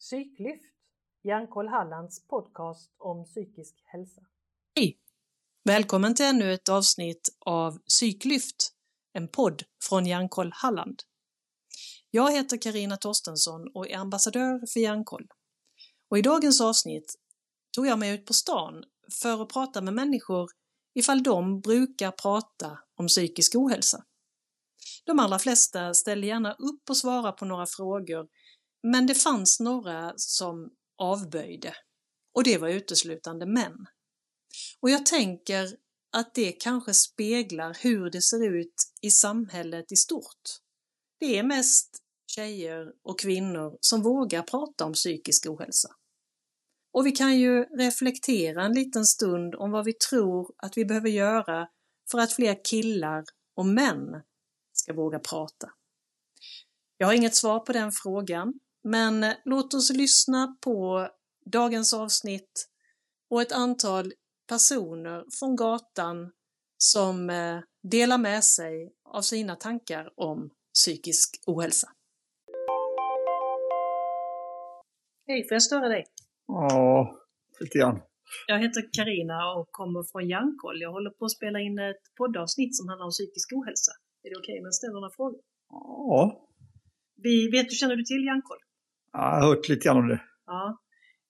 Psyklyft, Hjärnkoll Hallands podcast om psykisk hälsa. Hej! Välkommen till ännu ett avsnitt av Psyklyft, en podd från Hjärnkoll Halland. Jag heter Karina Torstensson och är ambassadör för Hjärnkoll. Och I dagens avsnitt tog jag mig ut på stan för att prata med människor ifall de brukar prata om psykisk ohälsa. De allra flesta ställer gärna upp och svarar på några frågor, men det fanns några som avböjde. Och det var uteslutande män. Och jag tänker att det kanske speglar hur det ser ut i samhället i stort. Det är mest tjejer och kvinnor som vågar prata om psykisk ohälsa. Och vi kan ju reflektera en liten stund om vad vi tror att vi behöver göra för att fler killar och män ska våga prata. Jag har inget svar på den frågan, men låt oss lyssna på dagens avsnitt och ett antal personer från gatan som eh, delar med sig av sina tankar om psykisk ohälsa. Hej, får jag störa dig? Ja, lite grann. Jag heter Karina och kommer från Hjärnkoll. Jag håller på att spela in ett poddavsnitt som handlar om psykisk ohälsa. Är det okej okay om jag ställer några frågor? Ja. Vi vet, känner du till Hjärnkoll? ja, jag har hört lite grann om det. Ja.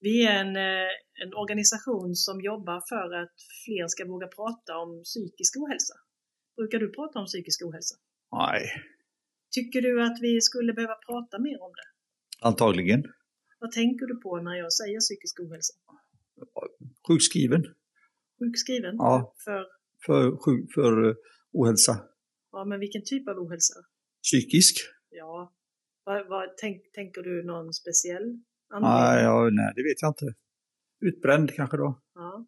Vi är en, eh, en organisation som jobbar för att fler ska våga prata om psykisk ohälsa. Brukar du prata om psykisk ohälsa? Nej, Tycker du att vi skulle behöva prata mer om det? antagligen. Vad tänker du på när jag säger psykisk ohälsa? Sjukskriven Sjukskriven? Ja. För, för, sjuk, för eh, ohälsa. ja, men vilken typ av ohälsa? Psykisk? Ja. Vad, vad, tänk, tänker du någon speciell Nej, ja, nej, det vet jag inte. Utbränd kanske då? Ja.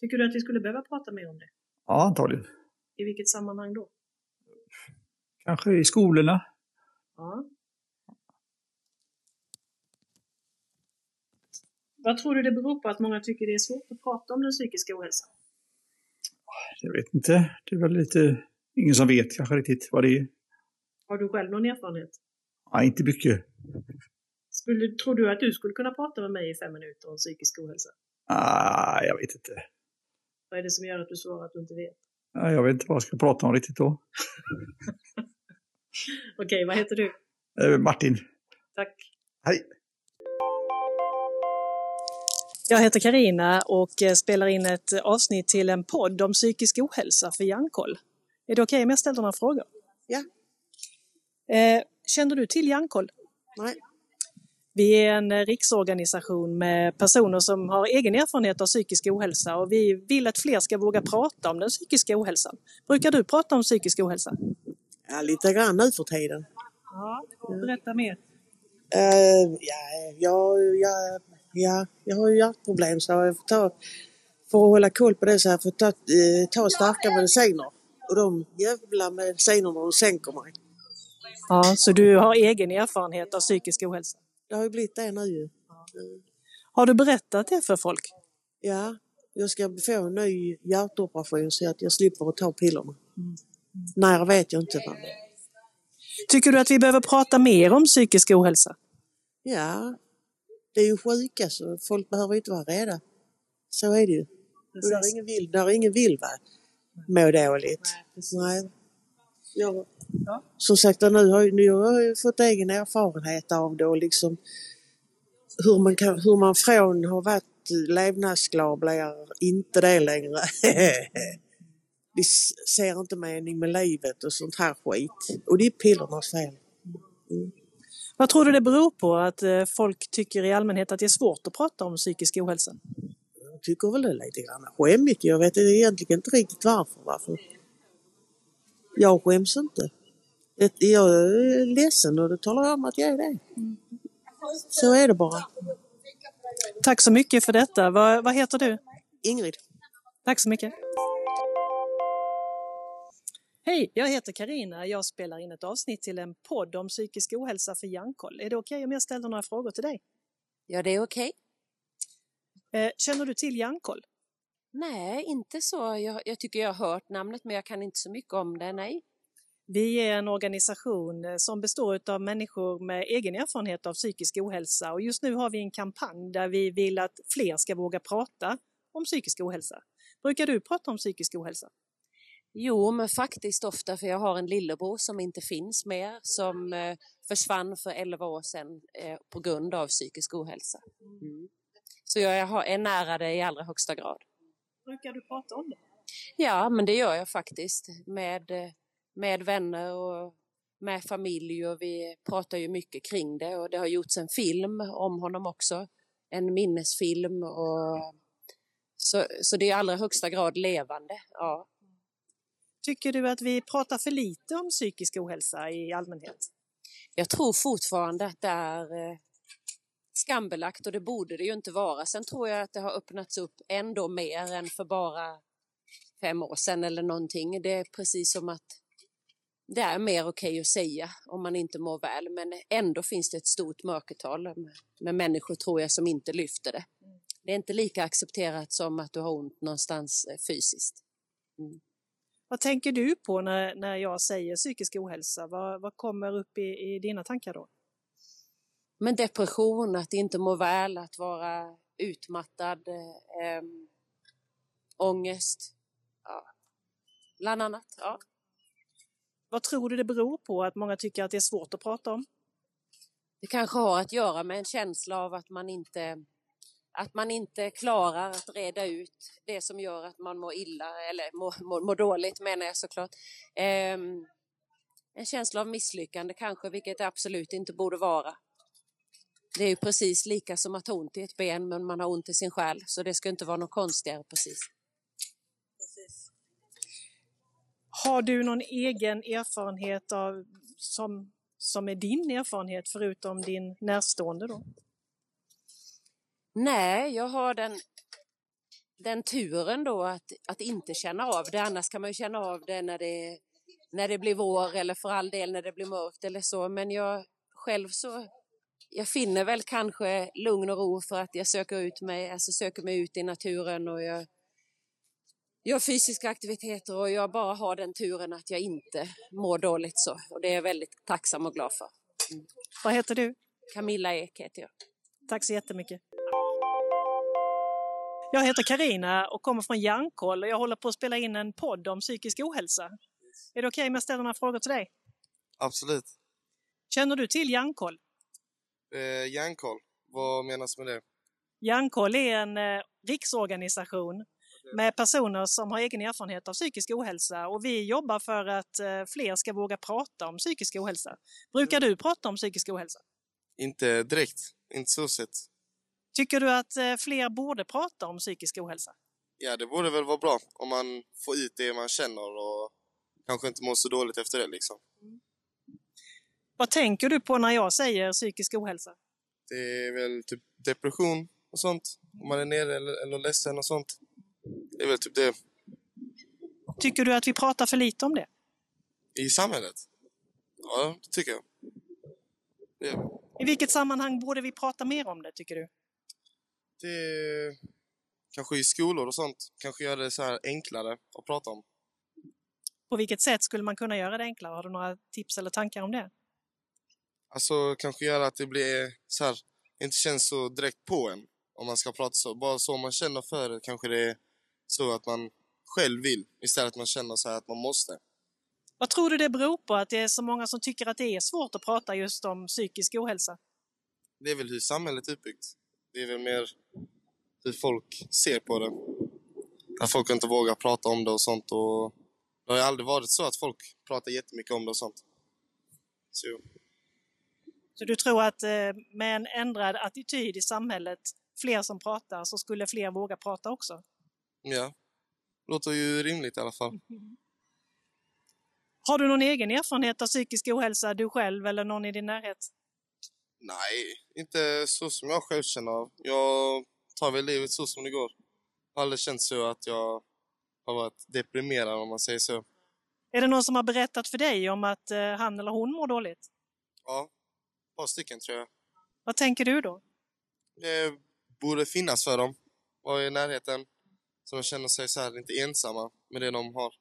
Tycker du att vi skulle behöva prata mer om det? Ja, antagligen. I vilket sammanhang då? Kanske i skolorna? Ja. Vad tror du det beror på att många tycker det är svårt att prata om den psykiska ohälsan? Jag vet inte. Det är väl lite... Ingen som vet kanske riktigt vad det är. Har du själv någon erfarenhet? Nej, inte mycket. Skulle, tror du att du skulle kunna prata med mig i fem minuter om psykisk ohälsa? Nej, jag vet inte. Vad är det som gör att du svarar att du inte vet? Nej, Jag vet inte vad jag ska prata om riktigt då. Okej, vad heter du? Eh, Martin? Tack. Hej. Jag heter Karina och eh, spelar in ett avsnitt till en podd om psykisk ohälsa för Hjärnkoll. Är det okej om jag ställer några frågor? Ja. Eh, känner du till Hjärnkoll? Nej. Vi är en eh, riksorganisation med personer som har egen erfarenhet av psykisk ohälsa och vi vill att fler ska våga prata om den psykiska ohälsan. Brukar du prata om psykisk ohälsa? Ja, lite grann nu för tiden. Ja, berätta mer. Eh, ja, jag, jag, ja, jag har ju hjärtproblem så jag får ta, för att hålla koll på det så har jag fått ta, eh, ta starka mediciner. Och de jävla medicinerna de sänker mig. Ja, så du har egen erfarenhet av psykisk ohälsa? Det har ju blivit det nu ju. Har du berättat det för folk? Ja, jag ska få en ny hjärtoperation så att jag slipper att ta pillerna. Mm, När vet jag inte. vad. Tycker du att vi behöver prata mer om psykisk ohälsa? Ja, det är ju sjuka så folk behöver inte vara rädda. Så är det ju. Och Där ingen vill, där ingen vill va? må dåligt. Nej. Jag, Ja. Som sagt, nu har, jag- nu har jag ju fått egen erfarenhet av det och liksom hur man, kan, hur man från har varit levnadsglad blir inte det längre. Vi s- ser inte mening med livet och sånt här skit. Och det är pillernas fel. Vad tror du det beror på att eh, folk tycker i allmänhet att det är svårt att prata om psykisk ohälsa? Jag tycker väl det är lite grann skämmigt. Jag vet egentligen inte riktigt varför. varför. Jag skäms inte. Det- Jag är ledsen och det talar jag om att jag är det. Så är det bara. Tack så mycket för detta. Vad, vad heter du? Ingrid. Tack så mycket. Hej, jag heter Karina. Jag spelar in ett avsnitt till en podd om psykisk ohälsa för Hjärnkoll. Är det okej om jag ställer några frågor till dig? Ja, det är okej. Eh, känner du till Hjärnkoll? Nej, inte så. Jag, jag tycker jag har hört namnet men jag kan inte så mycket om det, nej. Vi är en organisation eh, som består av människor med egen erfarenhet av psykisk ohälsa och just nu har vi en kampanj där vi vill att fler ska våga prata om psykisk ohälsa. Brukar du prata om psykisk ohälsa? Jo, men faktiskt ofta för jag har en lillebror som inte finns mer som eh, försvann för 11 år sedan eh, på grund av psykisk ohälsa. Mm. Så jag har- är nära det i allra högsta grad. Brukar du prata om det? Ja, men det gör jag faktiskt med, eh, med vänner och med familj och vi pratar ju mycket kring det och det har gjorts en film om honom också, en minnesfilm och så, så det är i allra högsta grad levande. Ja. Tycker du att vi pratar för lite om psykisk ohälsa i allmänhet? Jag tror fortfarande att det är eh, skambelagt och det borde det ju inte vara. Sen tror jag att det har öppnats upp ändå mer än för bara fem år sedan eller någonting. Det är precis som att det är mer okej att säga om man inte mår väl, men ändå finns det ett stort mörkertal med- med människor tror jag som inte lyfter det. Det är inte lika accepterat som att du har ont någonstans eh, fysiskt. Vad tänker du på när, när jag säger psykisk ohälsa? Vad, vad kommer upp i, i dina tankar då? Men depression, att inte må väl, att vara utmattad, eh, ehm, ångest. Ja. Bland annat. Ja. Vad tror du det beror på att många tycker att det är svårt att prata om? Det kanske har att göra med en känsla av att man inte att man inte klarar att reda ut det som gör att man mår illa eller mår, mår, mår dåligt menar jag såklart. Ehm, en känsla av misslyckande kanske, vilket det absolut inte borde vara. Det är ju precis lika som att ha ont i ett ben, men man har ont i sin själ, så det ska inte vara något konstigare precis. Har du någon egen erfarenhet av, som, som är din erfarenhet förutom din närstående då? Nej, jag har den, den turen då att, att inte känna av det. Annars kan man ju känna av det när, det när det blir vår eller för all del när det blir mörkt eller så. Men jag själv så jag finner väl kanske lugn och ro för att jag söker, ut mig, alltså söker mig ut i naturen och jag gör fysiska aktiviteter och jag bara har den turen att jag inte mår dåligt så. Och det är jag väldigt tacksam och glad för. Mm. Vad heter du? Camilla Ek heter jag. Tack så jättemycket. Jag heter Karina och kommer från Järnkoll och jag håller på att spela in en podd om psykisk ohälsa. Är det okej om jag ställer några frågor till dig? Absolut. Känner du till Järnkoll? Eh, järnkoll, vad menas med det? Järnkoll är en eh, riksorganisation med personer som har egen erfarenhet av psykisk ohälsa och vi jobbar för att eh, fler ska våga prata om psykisk ohälsa. Brukar du prata om psykisk ohälsa? Inte direkt, inte så sett. Tycker du att eh, fler borde prata om psykisk ohälsa? Ja, det borde väl vara bra om man får ut det man känner och kanske inte mår så dåligt efter det liksom. Vad tänker du på när jag säger psykisk ohälsa? Det är väl typ depression och sånt, om man är nere eller, eller ledsen och sånt. Det är väl typ det Tycker du att vi pratar för lite om det? i samhället. Ja, det tycker jag. Det gör vi. I vilket sammanhang borde vi prata mer om det, tycker du? det kanske i skolor och sånt, kanske göra det så här enklare att prata om. På vilket sätt skulle man kunna göra det enklare? Har du några tips eller tankar om det? Alltså kanske göra att det blir så här, inte känns så direkt på en om man ska prata så. Bara så man känner för det kanske det är så att man själv vill istället att man känner så här att man måste. Vad tror du det beror på att det är så många som tycker att det är svårt att prata just om psykisk ohälsa? Det är väl hur samhället är uppbyggt. Det är väl mer hur folk ser på det. Att folk inte vågar prata om det och sånt och det har ju aldrig varit så att folk pratar jättemycket om det och sånt. Så jo. Så du tror att eh, med en ändrad attityd i samhället, fler som pratar, så skulle fler våga prata också? ja. Låter ju rimligt i alla fall. Har du någon egen erfarenhet av psykisk ohälsa, du själv eller någon i din närhet? Nej, inte så som jag själv känner av. Jag tar väl livet så som det går. Jag har aldrig känt så att jag har varit deprimerad om man säger så. Är det någon som har berättat för dig om att eh, han eller hon mår dåligt? Ja, ett par stycken tror jag. Vad tänker du då? Det borde finnas för dem. Vara i närheten. Så de känner sig så här, inte ensamma med det de har.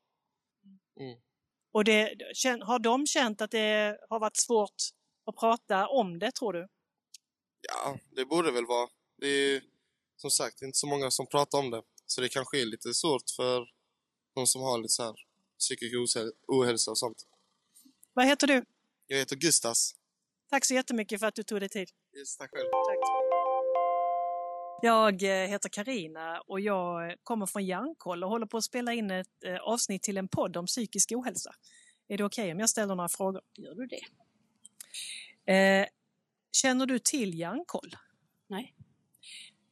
Och det, kän- har de känt att det har varit svårt att prata om det, tror du? Ja, det borde väl vara. Det är ju, som sagt inte så många som pratar om det. Så det kanske är lite svårt för de som har lite så här psykisk ohäl- ohälsa och sånt. Vad heter du? Jag heter Gustas. Tack så jättemycket för att du tog dig tid. Yes, tack själv. Jag eh, heter Karina och jag kommer från Hjärnkoll och håller på att spela in ett eh, avsnitt till en podd om psykisk ohälsa. Är det okej om jag ställer några frågor? Gör du det? Eh, Känner du till Hjärnkoll? Nej.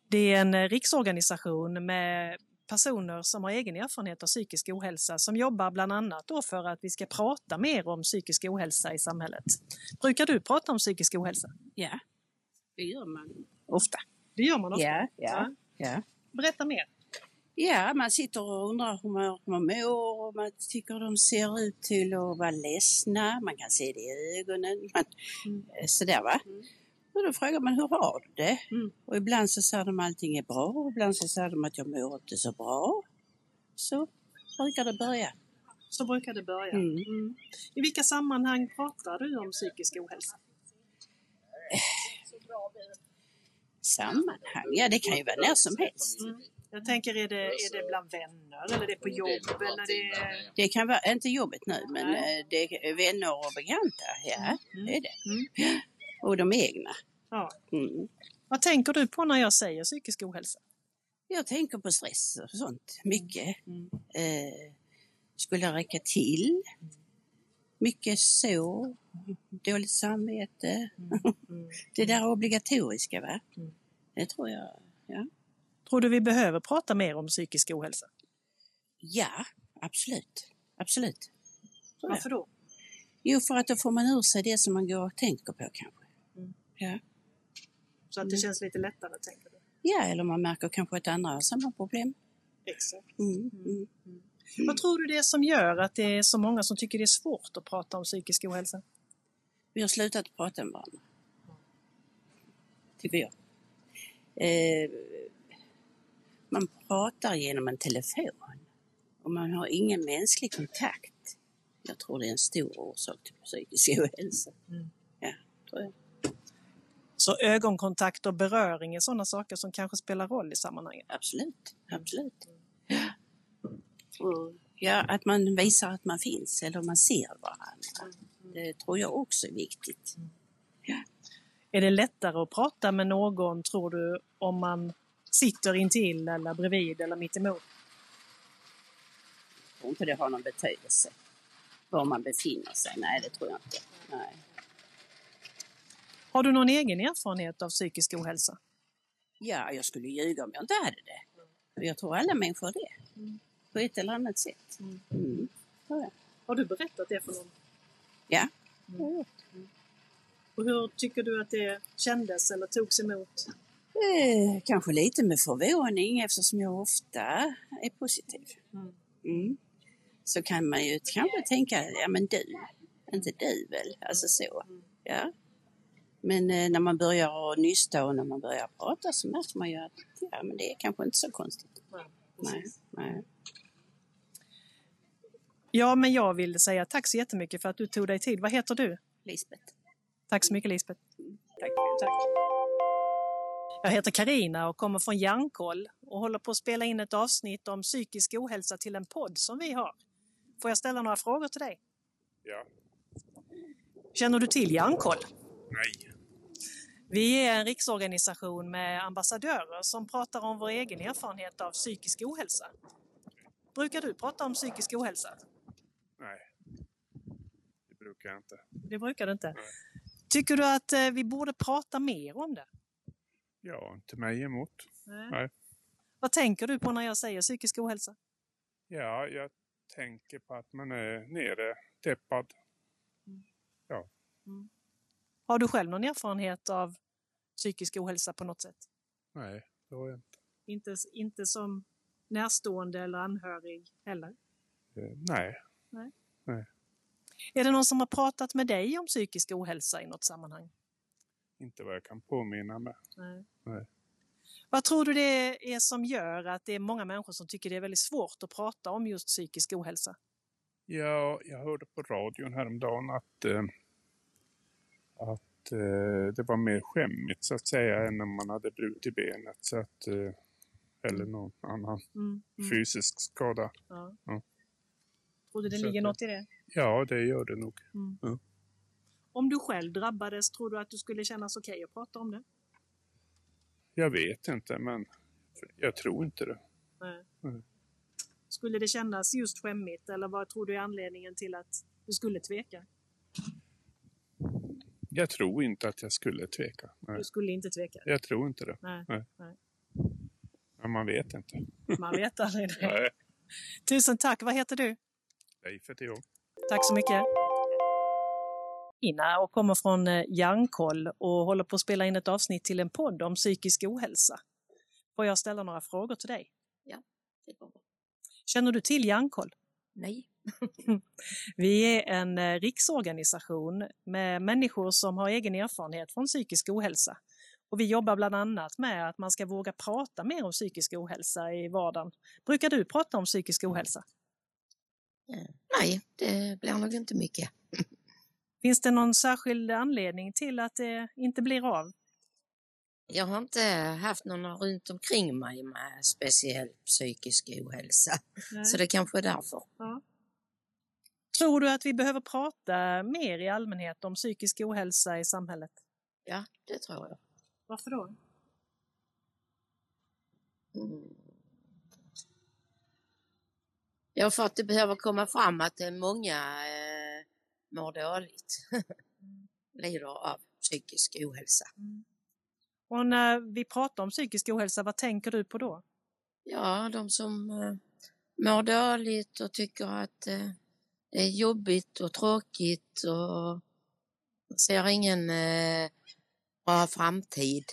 Det är en eh, riksorganisation med personer som har egen erfarenhet av psykisk ohälsa som jobbar bland annat då för att vi ska prata mer om psykisk ohälsa i samhället. Brukar du prata om psykisk ohälsa? Ja. Det gör man ofta. Det gör man ofta. Ja, ja, ja. Berätta mer. Ja, man sitter och undrar hur man, hur man mår och man tycker de ser ut till att vara ledsna. Man kan se det i ögonen. Man, eh, Sådär va. Och då frågar man hur har du det? Mm. Och ibland så säger de allting är bra och ibland så säger de att jag mår inte så bra. Så brukar det börja. Så brukar det börja. Mm. Mm. I vilka sammanhang pratar du om psykisk ohälsa? Eh, Sammanhang, ja det kan ju vara när som helst. Mm. Jag tänker, är det, är det bland vänner eller är det på jobb? Eller det är... Det kan vara, inte jobbet nu, men Nej. eh, det är vänner och bekanta. Ja, Mm. det är det. Mm. Ja, Och de egna. ja. Mm. Vad tänker du på när jag säger psykisk ohälsa? Jag tänker på stress och sånt. Mycket. Mm. Eh, skulle räcka till. Mycket så. Dåligt samvete. Det där obligatoriska, va? Mm. Det tror jag. Tror du vi behöver prata mer om psykisk ohälsa? Ja, absolut. Absolut. Tror jag. Varför då? Jo, för att då får man ur sig det som man går och tänker på kanske. Så Mm. att det känns lite lättare, tänker du? Ja, eller man märker kanske att andra har samma problem. Exakt. Mm. Mm. Mm. Vad tror du det är som gör att det är så många som tycker det är svårt att prata om psykisk ohälsa? Vi har slutat prata med varandra. Tycker jag. Eh, man pratar genom en telefon och man har ingen mänsklig kontakt. Jag tror det är en stor orsak till psykisk ohälsa. Så ögonkontakt och beröring är sådana saker som kanske spelar roll i sammanhanget? Absolut, absolut. Ja. Och, Mm. ja, att man visar att man finns eller man ser varandra. Det tror jag också är viktigt. Är det lättare att prata med någon, tror du, om man sitter intill eller bredvid eller mitt emot? Jag tror inte det har någon betydelse var man befinner sig. Nej, det tror jag inte. Nej. Har du någon egen erfarenhet av psykisk ohälsa? Ja, jag skulle ljuga om jag inte hade det. Och Jag tror alla människor har det. På ett eller annat sätt. Mm. Mm. Har du berättat det för någon? Ja. Mm. Och hur tycker du att det kändes eller togs emot? Eh, kanske lite med förvåning eftersom jag ofta är positiv. Mm. Mm. Så kan man ju kanske tänka, ja men du, inte du väl? Alltså så. Ja. Men eh, när man börjar att nysta och när man börjar prata så märker man ju att ja, men det är kanske inte så konstigt. Nej, nej. Ja, men jag vill säga tack så jättemycket för att du tog dig tid. Vad heter du? Lisbeth. Tack så mycket Lisbeth. Tack. Jag heter Karina och kommer från Hjärnkoll och håller på att spela in ett avsnitt om psykisk ohälsa till en podd som vi har. Får jag ställa några frågor till dig? Ja. Känner du till Hjärnkoll? Nej. Vi är en riksorganisation med ambassadörer som pratar om vår egen erfarenhet av psykisk ohälsa. Brukar du prata om psykisk ohälsa? Nej. Det brukar jag inte. Det brukar du inte. Nej. Tycker du att eh, vi borde prata mer om det? Ja, inte mig emot. Nej. Vad tänker du på när jag säger psykisk ohälsa? Ja, jag tänker på att man är nere, deppad. Mm. Har du själv någon erfarenhet av psykisk ohälsa på något sätt? Nej, det har jag inte. Inte, inte som närstående eller anhörig heller? Eh, Nej. Är det någon som har pratat med dig om psykisk ohälsa i något sammanhang? Inte vad jag kan påminna mig. Nej. Nej. Vad tror du det är som gör att det är många människor som tycker det är väldigt svårt att prata om just psykisk ohälsa? Ja, jag hörde på radion häromdagen att, eh, att eh, det var mer skämmigt så att säga än när man hade brutit benet så att, eh, eller någon annan Mm. Mm. fysisk skada. Ja. Ja. Tror du det Så ligger att- något i det? Ja, det gör det nog. Mm. Om du själv drabbades, tror du att du skulle kännas okej att prata om det? Jag vet inte, men jag tror inte det. Eh, Skulle det kännas just skämmigt eller vad tror du är anledningen till att du skulle tveka? Jag tror inte att jag skulle tveka. Nej, Du skulle inte tveka? jag tror inte det. Nej, Men man vet inte. man vet aldrig. Nej, Tusen tack! Vad heter du? Leif heter jag. Tack så mycket! Ina och kommer från eh, Hjärnkoll och håller på att spela in ett avsnitt till en podd om psykisk ohälsa. Får jag ställa några frågor till dig? Det går bra. Känner du till Hjärnkoll? Nej. Vi är en eh, riksorganisation med människor som har egen erfarenhet från psykisk ohälsa. Och vi jobbar bland annat med att man ska våga prata mer om psykisk ohälsa i vardagen. Brukar du prata om psykisk ohälsa? Nej, det blir nog inte mycket. Finns det någon särskild anledning till att det inte blir av? Jag har inte haft någon runt omkring mig med speciell psykisk ohälsa. Så det kanske är därför. Tror du att vi behöver prata mer i allmänhet om psykisk ohälsa i samhället? Ja, det tror jag. Varför då? Mm. Ja, för att det behöver komma fram att det är många eh, mår dåligt. Mm. Lider av psykisk ohälsa. Och när vi pratar om psykisk ohälsa, vad tänker du på då? Ja, de som eh, mår dåligt och tycker att eh, det är jobbigt och tråkigt och ser ingen eh, bra framtid.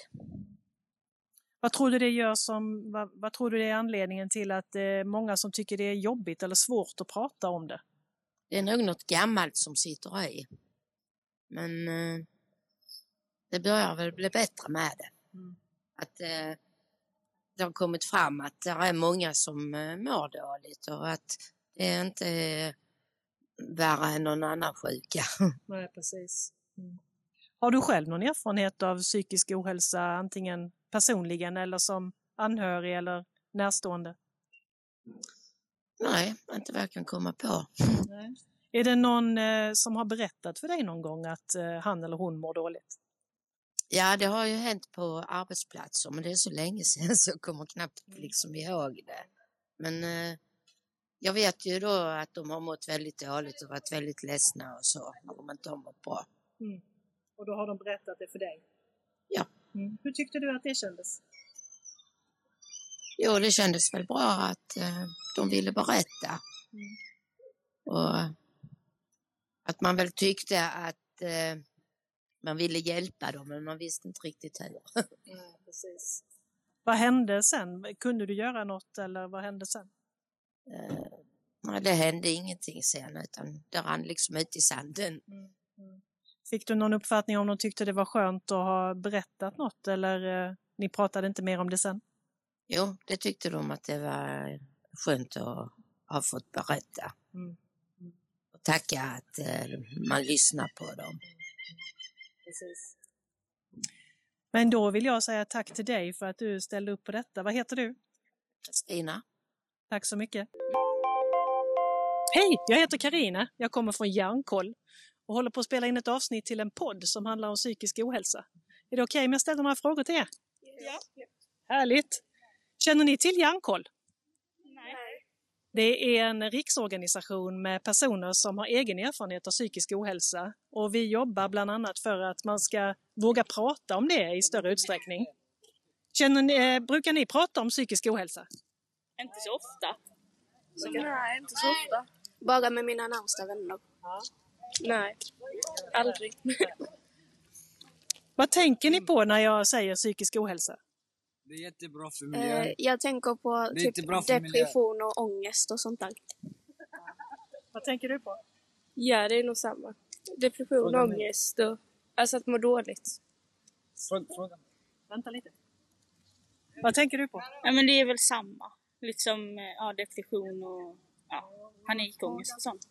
Vad tror du det gör som, vad, vad tror du det är anledningen till att det är många som tycker det är jobbigt eller svårt att prata om det? Det är nog något gammalt som sitter i. Men eh, det börjar väl bli bättre med det. Mm. Att eh, det har kommit fram att det är många som eh, mår dåligt och att det är inte eh, värre än någon annan sjuka. Nej, precis. Har du själv någon erfarenhet av psykisk ohälsa, antingen personligen eller som anhörig eller närstående? Nej, inte vad jag kan komma på. Är det någon eh, som har berättat för dig någon gång att eh, han eller hon mår dåligt? Ja, det har ju hänt på arbetsplatser, men det är så länge sedan så jag kommer knappt liksom ihåg det. Men eh, jag vet ju då att de har mått väldigt dåligt och varit väldigt ledsna och så, när de inte har mått bra. Mm. Och då har de berättat det för dig? Mm. Ja. Hur tyckte du att det kändes? Jo, det kändes väl bra att eh, de ville berätta. Och att man väl tyckte att eh, man ville hjälpa dem, men man visste inte riktigt hur. precis. Vad hände sen? Kunde du göra något eller vad hände sen? Eh, nej, det hände ingenting sen, utan det rann liksom ut i sanden. Mm, Fick du någon uppfattning om de tyckte det var skönt att ha berättat något eller eh, ni pratade inte mer om det sen? Jo, det tyckte de att det var skönt att ha fått berätta. Mm. Mm. Och tacka att eh, man lyssnar på dem. Precis. Men då vill jag säga tack till dig för att du ställde upp på detta. Vad heter du? Stina? Tack så mycket. Hej, jag heter Karina. Jag kommer från Hjärnkoll och håller på att spela in ett avsnitt till en podd som handlar om psykisk ohälsa. Är det okej om jag ställer några frågor till er? Ja. Härligt. Känner ni till Hjärnkoll? Det är en riksorganisation med personer som har egen erfarenhet av psykisk ohälsa och vi jobbar bland annat för att man ska våga prata om det i större utsträckning. Känner ni, eh, brukar ni prata om psykisk ohälsa? Inte så ofta. Nej, inte så ofta. Bara med mina närmsta vänner. Nej, aldrig. Vad tänker ni på när jag säger psykisk ohälsa? Det är jättebra för Eh, jag tänker på Det är inte bra typ för depression och ångest och sånt där. Vad tänker du på? Ja, det är nog samma. Depression och ångest och alltså att må dåligt. Vänta lite. Vad tänker du på? Ja, men det är väl samma. Liksom eh, ja, depression och ja, panikångest och sånt.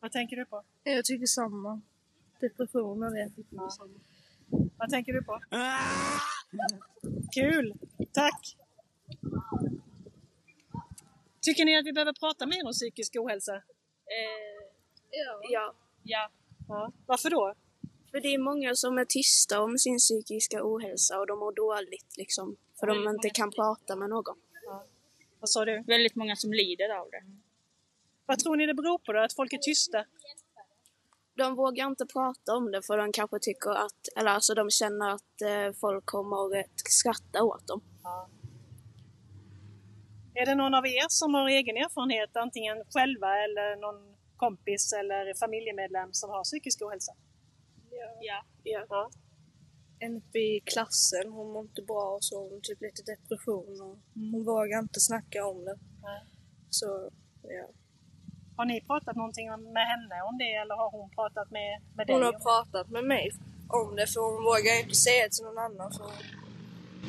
Vad tänker du på? Jag tycker samma. Typ Depression och det. Vad tänker du på? Kul! Tack! Tycker ni att vi behöver prata mer om psykisk ohälsa? Eh, Ja. ja. Ja. Varför då? För det är många som är tysta om sin psykiska ohälsa och de mår dåligt liksom. För de Väldigt inte kan prata med någon. Vad sa du? Väldigt många som lider av det. Vad tror ni det beror på då, att folk är tysta? De vågar inte prata om det för de kanske tycker att, eller alltså de känner att eh, folk kommer att skratta åt dem. Är det någon av er som har egen erfarenhet, antingen själva eller någon kompis eller familjemedlem som har psykisk ohälsa? Ja. Ja. En uppe i klassen, hon mår inte bra och så. Hon typ lite depression och Mm. hon vågar inte snacka om det. Så, ja. Har ni pratat någonting om- med henne om det eller har hon pratat med, med dig? Hon har om- pratat med mig om det för hon vågar inte säga det till någon annan för hon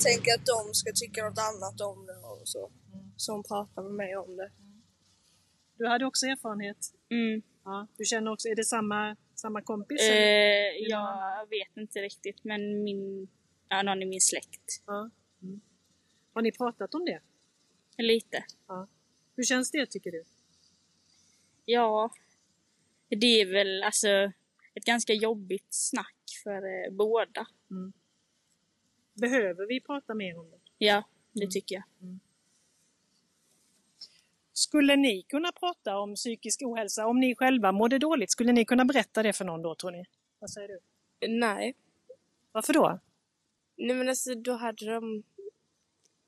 tänker att de ska tycka något annat om det och så. Så hon pratar med mig om det. Du hade också erfarenhet? Mm. Ja. Du känner också, är det samma, samma kompis? Eh, eller? Är det någon annan? jag vet inte riktigt men min, ja, någon i min släkt. Ja. Mm. Har ni pratat om det? Lite. Ja. Hur känns det tycker du? Ja, det är väl alltså ett ganska jobbigt snack för eh, båda. Mm. Behöver vi prata mer om det? Ja, det Mm. tycker jag. Skulle ni kunna prata om psykisk ohälsa? Om ni själva mådde dåligt, skulle ni kunna berätta det för någon då tror ni? Vad säger du? Nej. Varför då? Nej men alltså då hade de...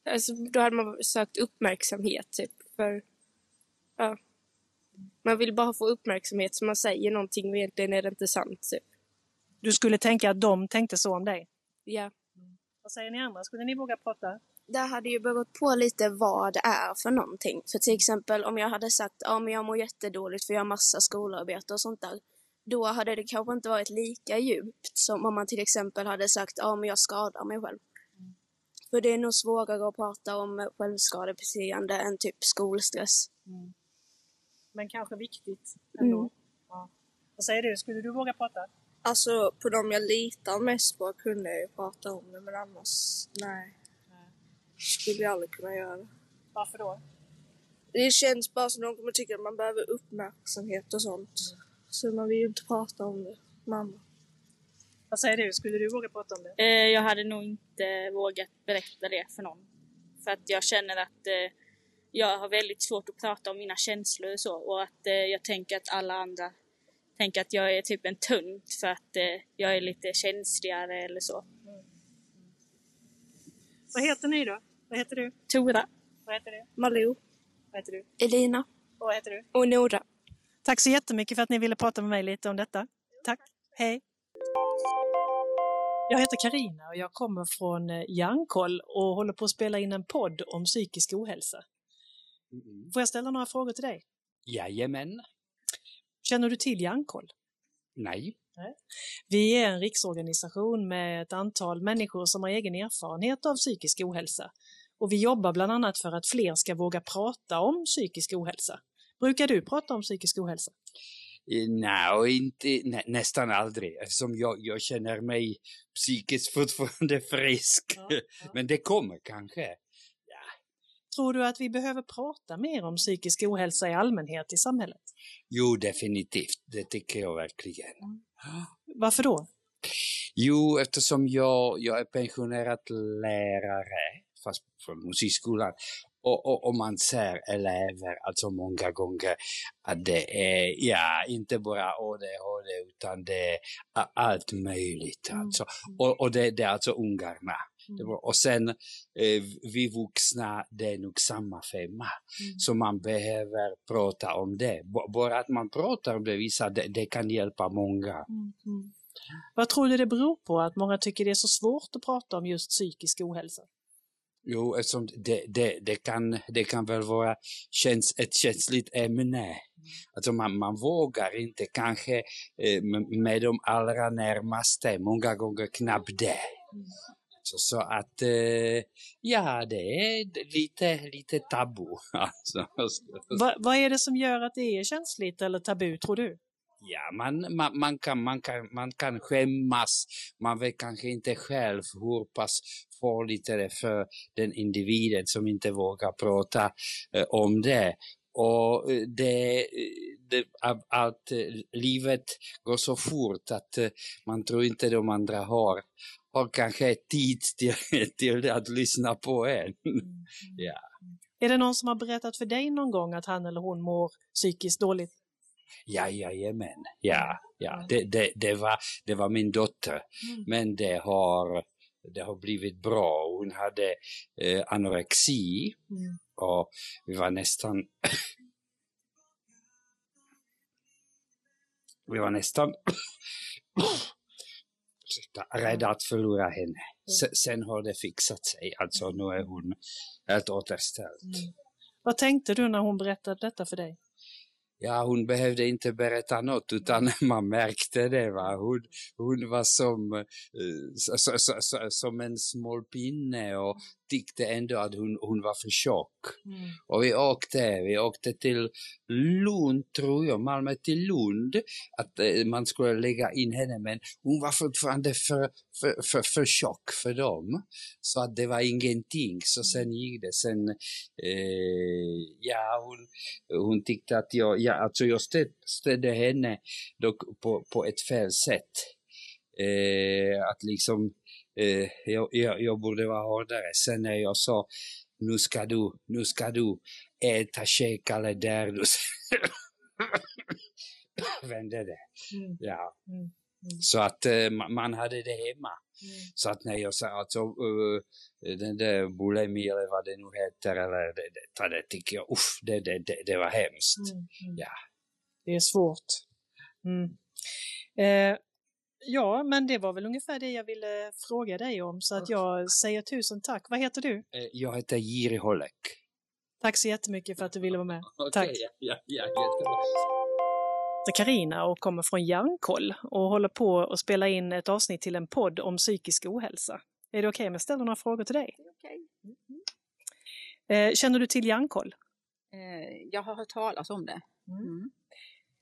Alltså då hade man sökt uppmärksamhet typ för... Ja. Man vill bara få uppmärksamhet så man säger någonting och egentligen är det inte sant typ. Du skulle tänka att de tänkte så om dig? Ja. Vad säger ni andra? Skulle ni våga prata? Där hade ju berott på lite vad det är för någonting. För till exempel om jag hade sagt ja men jag mår jättedåligt för jag har massa skolarbete och sånt där. Då hade det kanske inte varit lika djupt som om man till exempel hade sagt ja men jag skadar mig själv. Mm. För det är nog svårare att prata om självskadebeteende än typ skolstress. Men kanske viktigt ändå? Mm. Ja. Vad säger du? Skulle du våga prata? Alltså på dem jag litar mest på kunde jag ju prata om det men annars nej. Skulle jag aldrig kunna göra det. Varför då? Det känns bara som de kommer tycka att man behöver uppmärksamhet och sånt. Så man vill ju inte prata om det med andra. Vad säger du? Skulle du våga prata om det? Eh, jag hade nog inte vågat berätta det för någon. För att jag känner att eh, jag har väldigt svårt att prata om mina känslor och så. Och att eh, jag tänker att alla andra tänker att jag är typ en tunt för att eh, jag är lite känsligare eller så. Vad heter ni då? Vad heter du? Tora. Vad heter du? Malou. Vad heter du? Elina. Och vad heter du? Och Nora. Tack så jättemycket för att ni ville prata med mig lite om detta. Tack. Hej. Jag heter Karina och jag kommer från eh, Hjärnkoll och håller på att spela in en podd om psykisk ohälsa. Eh. Mm. Får jag ställa några frågor till dig? Jajamän. Känner du till Hjärnkoll? Nej. Vi är en riksorganisation med ett antal människor som har egen erfarenhet av psykisk ohälsa. Och vi jobbar bland annat för att fler ska våga prata om psykisk ohälsa. Brukar du prata om psykisk ohälsa? Eh, Nej, inte, nä, nästan aldrig. Eftersom jag, jag känner mig psykiskt fortfarande frisk. Men det kommer kanske. Tror du att vi behöver prata mer om psykisk ohälsa i allmänhet i samhället? Jo, definitivt. Det tycker jag verkligen. Mm. Varför då? Jo, eftersom jag, jag är pensionerad lärare, fast från musikskolan, och, och, och man ser elever alltså många gånger att det är, ja, inte bara ADHD utan det är a- allt möjligt alltså. Och, och det, det är alltså ungarna. Det var, och sen eh, vi vuxna, det är nog samma femma. Så man behöver prata om det. B- bara att man pratar om det visar, det, det kan hjälpa många. Vad tror du det beror på att många tycker det är så svårt att prata om just psykisk ohälsa? Jo, eftersom det, det, det, kan, det kan väl vara käns, ett känsligt ämne. Alltså man, man vågar inte kanske eh, m- med de allra närmaste, många gånger knappt det. Alltså, så att eh, ja, det är lite, lite tabu. Alltså. Va, vad är det som gör att det är känsligt eller tabu tror du? Ja, man, man, man, kan, man, kan, man kan skämmas. Man vet kanske inte själv hur pass farligt det är för den individen som inte vågar prata eh, om det. Och eh, det, det, att, att eh, livet går så fort att eh, man tror inte de andra har, har kanske tid till, till att lyssna på en. ja. Är det någon som har berättat för dig någon gång att han eller hon mår psykiskt dåligt? Mm. Ja, jajamän. Ja, ja. Det, det, det, var, det var min dotter. Mm. Men det har, det har blivit bra. Hon hade eh, anorexi mm. och vi var nästan Vi var nästan rädda att förlora henne. S sen har det fixat sig, alltså nu är hon helt återställd. Mm. Vad tänkte du när hon berättade detta för dig? ja, hon behövde inte berätta något utan man märkte det. Va? Hon, hon var som, eh, så, så, så, som en smålpinne och tyckte ändå att hon, hon var för tjock. Mm. Och vi åkte, vi åkte till Lund, tror jag, Malmö till Lund, att eh, man skulle lägga in henne, men hon var fortfarande för, för, för, för tjock för dem. Så att det var ingenting. Så sen gick det. Sen, eh, ja, hon, hon tyckte att jag, ja, alltså jag stöd, stödde henne dock på, på ett fel sätt. Eh, att liksom, eh, jag, jag, jag, borde vara hårdare. Sen när jag sa, nu ska du, nu ska du äta käkare där, du vände det. Mm. Ja. Mm. Mm. Så att eh, man hade det hemma. Så att när jag sa, alltså, uh, den där bulimi eller vad det nu heter, eller det, det, det tycker jag, uff, det, det, det, det var hemskt. Ja. Mm, Det är svårt. Mm. Eh. Ja, men det var väl ungefär det jag ville fråga dig om, så att jag säger tusen tack. Vad heter du? Eh, Jag heter Jiri Holek. Tack så jättemycket för att du ville vara med. Okay, tack. Ja, ja, ja, jättebra. Jag heter Karina och kommer från Järnkoll och håller på att spela in ett avsnitt till en podd om psykisk ohälsa. Är det okej okay om jag ställer några frågor till dig? Okay. Mm -hmm. Känner du till Järnkoll? Eh, Jag har hört talas om det. Mm.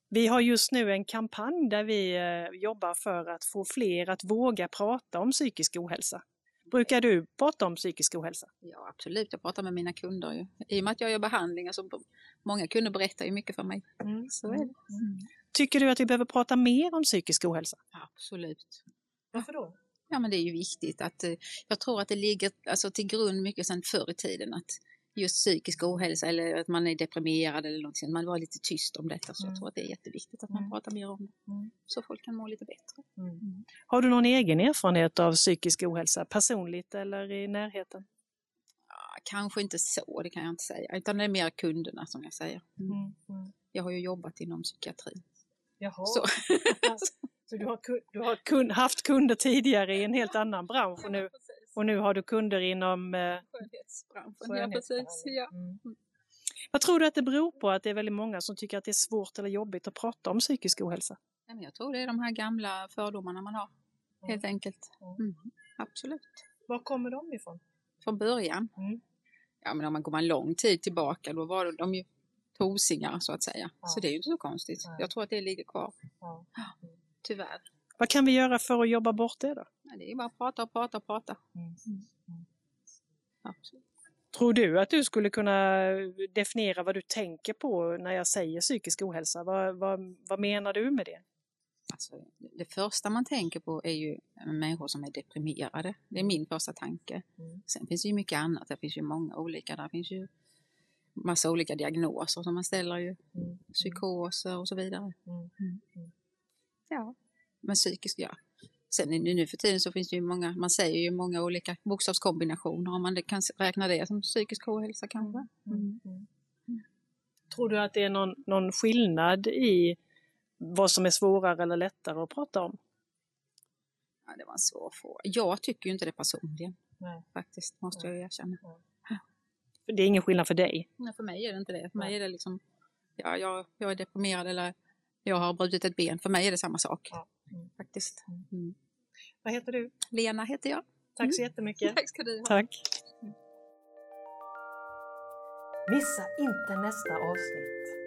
Vi har just nu en kampanj där vi eh, jobbar för att få fler att våga prata om psykisk ohälsa. Brukar du prata om psykisk ohälsa? Ja, absolut. Jag pratar med mina kunder. Ju. I och med att jag gör behandlingar så alltså, många kunder berättar ju mycket för mig. Mm. Så är det. Mm. Tycker du att vi behöver prata mer om psykisk ohälsa? Absolut. Varför då? Ja, men det är ju viktigt att eh, jag tror att det ligger alltså, till grund mycket sedan förr i tiden att just psykisk ohälsa eller att man är deprimerad eller någonting. Man var lite tyst om detta Mm. så jag tror att det är jätteviktigt att man pratar mer om det så folk kan må lite bättre. Mm. Har du någon egen erfarenhet av psykisk ohälsa personligt eller i närheten? Ja, kanske inte så, det kan jag inte säga, utan det är mer kunderna som jag säger. Mm. Jag har ju jobbat inom psykiatrin. Jaha. Så. Alltså, så du har, du har kun, haft kunder tidigare i en helt annan bransch och nu, och nu har du kunder inom eh, skönhetsbranschen. skönhetsbranschen. Mm. Ja, precis, ja. Vad tror du att det beror på att det är väldigt många som tycker att det är svårt eller jobbigt att prata om psykisk ohälsa? Nej, men jag tror det är de här gamla fördomarna man har, mm. helt enkelt. Mm. Absolut. Var kommer de ifrån? Från början? Mm. Ja, men om man går en lång tid tillbaka, då var de ju tosingar så att säga. Ja. Så det är ju inte så konstigt. Jag tror att det ligger kvar. Tyvärr. Vad kan vi göra för att jobba bort det då? Det är bara att prata och prata och prata. Mm. Mm. Tror du att du skulle kunna definiera vad du tänker på när jag säger psykisk ohälsa? Vad, vad, vad menar du med det? Alltså, det första man tänker på är ju människor som är deprimerade. Det är min första tanke. Mm. Sen finns det ju mycket annat. Det finns ju många olika. Där finns ju massa olika diagnoser som man ställer ju. Psykoser och så vidare. Mm. Ja men psykisk, ja. Sen nu för tiden så finns det ju många, man säger ju många olika bokstavskombinationer om man kan räkna det som psykisk ohälsa kanske. Mm. Mm. Tror du att det är någon, någon skillnad i vad som är svårare eller lättare att prata om? Ja, det var en svår fråga. Jag tycker ju inte det personligen Nej. faktiskt, måste Nej. jag erkänna. Nej. Det är ingen skillnad för dig? Nej, för mig är det inte det. För mig är det liksom, ja, jag, jag är deprimerad eller jag har brutit ett ben. För mig är det samma sak. Ja. Mm. faktiskt. Mm. Vad heter du? Lena heter jag. Tack så jättemycket. Tack ska du ha. Tack. Missa inte nästa avsnitt.